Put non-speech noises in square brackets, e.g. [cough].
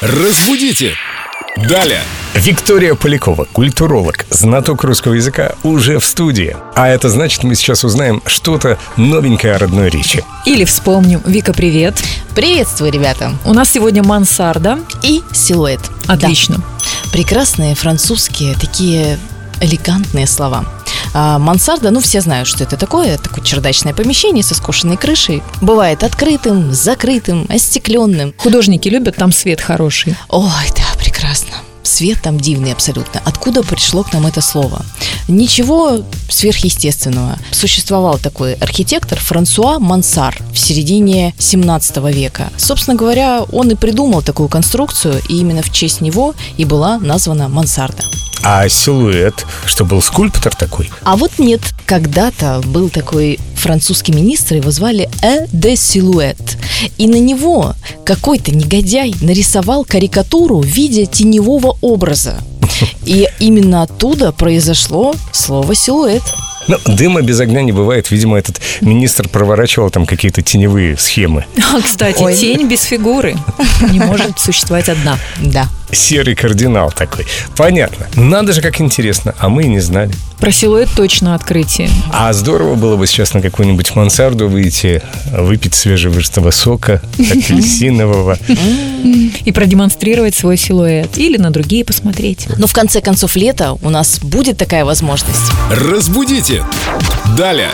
Разбудите! Далее! Виктория Полякова, культуролог, знаток русского языка, уже в студии. А это значит, мы сейчас узнаем что-то новенькое о родной речи. Или вспомним. Вика, привет. Приветствую, ребята! У нас сегодня мансарда. И силуэт. Отлично. Да, прекрасные французские, такие элегантные слова. А мансарда, ну все знают, что это такое, такое чердачное помещение со скошенной крышей. Бывает открытым, закрытым, остекленным. Художники любят, там свет хороший. Ой, да, прекрасно. Свет там дивный абсолютно. Откуда пришло к нам это слово? Ничего сверхъестественного. Существовал такой архитектор Франсуа Мансар в середине 17 века. Собственно говоря, он и придумал такую конструкцию, и именно в честь него и была названа мансарда. А силуэт, что был скульптор такой? А вот нет, когда-то был такой французский министр, его звали Э де Силуэт. И на него какой-то негодяй нарисовал карикатуру в виде теневого образа. И именно оттуда произошло слово «силуэт». Ну, дыма без огня не бывает. Видимо, этот министр проворачивал там какие-то теневые схемы. [laughs] А, кстати, Ой. тень без фигуры не может существовать одна. Да. Серый кардинал такой. Понятно. Надо же, как интересно. А мы и не знали. Про силуэт точно открытие. А здорово было бы сейчас на какую-нибудь мансарду выйти, выпить свежевыжатого сока, апельсинового. И продемонстрировать свой силуэт. Или на другие посмотреть. Но в конце концов лета у нас будет такая возможность. Разбудите! Далее!